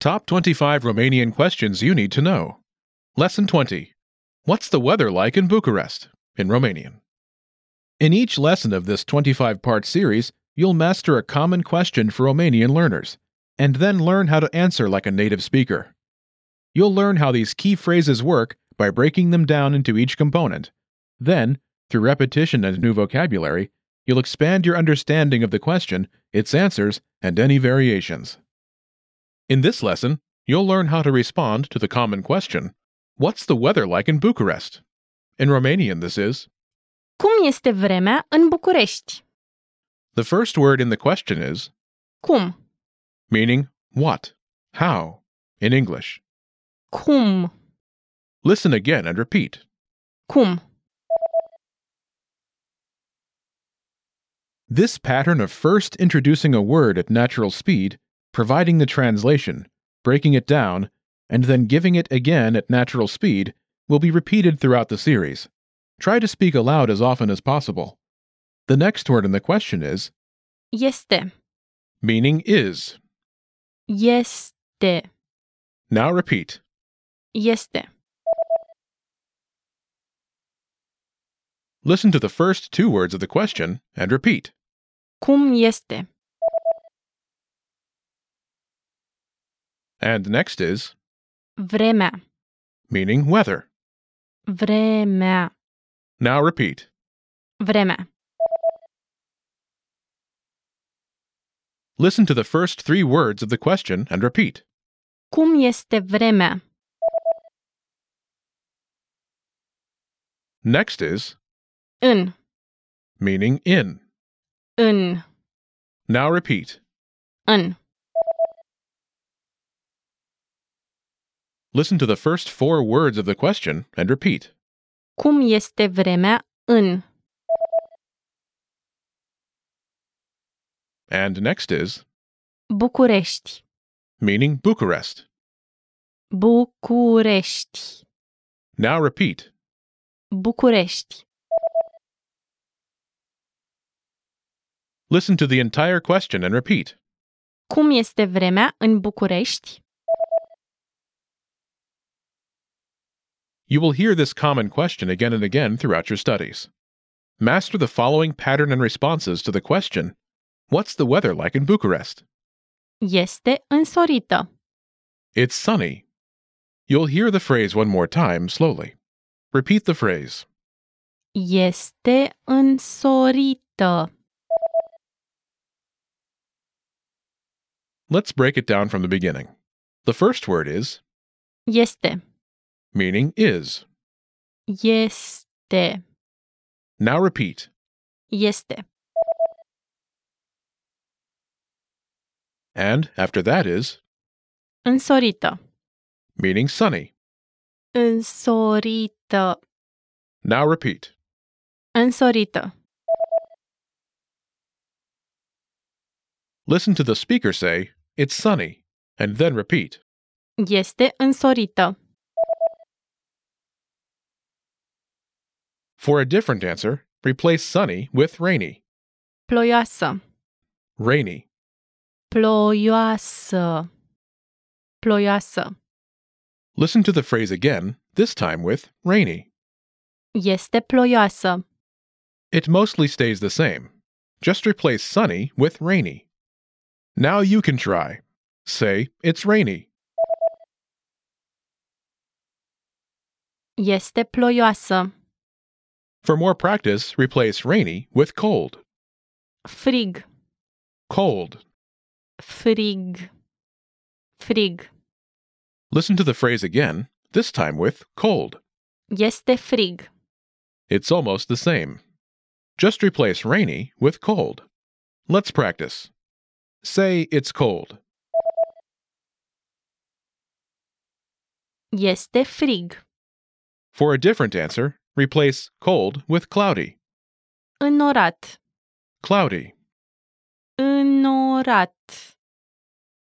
Top 25 Romanian questions you need to know. Lesson 20 What's the weather like in Bucharest? In Romanian. In each lesson of this 25 part series, you'll master a common question for Romanian learners, and then learn how to answer like a native speaker. You'll learn how these key phrases work by breaking them down into each component. Then, through repetition and new vocabulary, you'll expand your understanding of the question, its answers, and any variations. In this lesson, you'll learn how to respond to the common question What's the weather like in Bucharest? In Romanian, this is. Cum este vremea în București? The first word in the question is, Cum? meaning what, how, in English. Cum? Listen again and repeat. Cum? This pattern of first introducing a word at natural speed, providing the translation, breaking it down, and then giving it again at natural speed will be repeated throughout the series. Try to speak aloud as often as possible. The next word in the question is, Este. meaning is. Este. Now repeat. Este. Listen to the first two words of the question and repeat. Cum este? And next is, Vremea. meaning weather. Vremea. Now repeat. Vremea. Listen to the first three words of the question and repeat. Cum este vremea? Next is În. meaning in. În. Now repeat. În. Listen to the first four words of the question and repeat. Cum este vremea în? And next is București. meaning Bucharest. București. Now repeat. București. Listen to the entire question and repeat. Cum este vremea în București? You will hear this common question again and again throughout your studies. Master the following pattern and responses to the question What's the weather like in Bucharest? Este însorită. It's sunny. You'll hear the phrase one more time slowly. Repeat the phrase. Este însorită. Let's break it down from the beginning. The first word is, Este. meaning is. Este. Now repeat. Este. And after that is, Însorită. meaning sunny. Însorită. Now repeat. Însorită. Listen to the speaker say, it's sunny, and then repeat. Este însorită. For a different answer, replace sunny with rainy. Ploioasă. Rainy. Ploioasă. Ploioasă. Listen to the phrase again, this time with rainy. Este ploioasă. It mostly stays the same. Just replace sunny with rainy. Now you can try. Say, it's rainy. Este ploioasă. For more practice, replace rainy with cold. Frig. Cold. Frig. Frig. Listen to the phrase again, this time with cold. Este frig. It's almost the same. Just replace rainy with cold. Let's practice. Say it's cold. Este frig. For a different answer, replace cold with cloudy. Înorat. Cloudy. Înorat.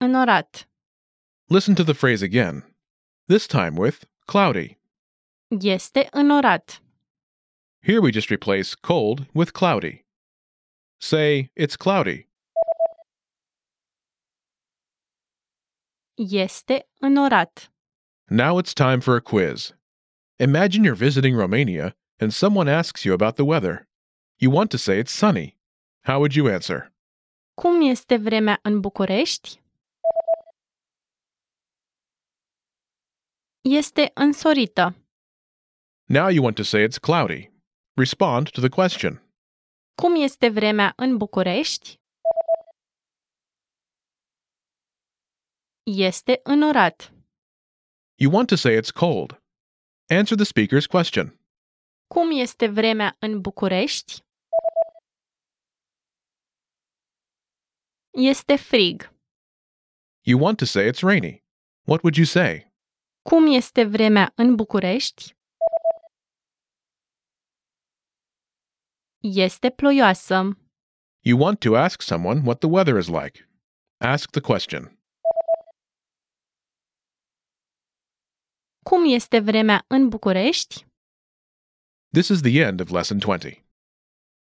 Înorat. Listen to the phrase again. This time with cloudy. Este înorat. Here we just replace cold with cloudy. Say, it's cloudy. Este înorat. Now it's time for a quiz. Imagine you're visiting Romania and someone asks you about the weather. You want to say it's sunny. How would you answer? Cum este vremea în București? Este însorită. Now you want to say it's cloudy. Respond to the question. Cum este vremea în București? Este înorat. You want to say it's cold. Answer the speaker's question. Cum este vremea în București? Este frig. You want to say it's rainy. What would you say? Cum este vremea în București? Este ploioasă. You want to ask someone what the weather is like. Ask the question. Cum este vremea în București? This is the end of Lesson 20.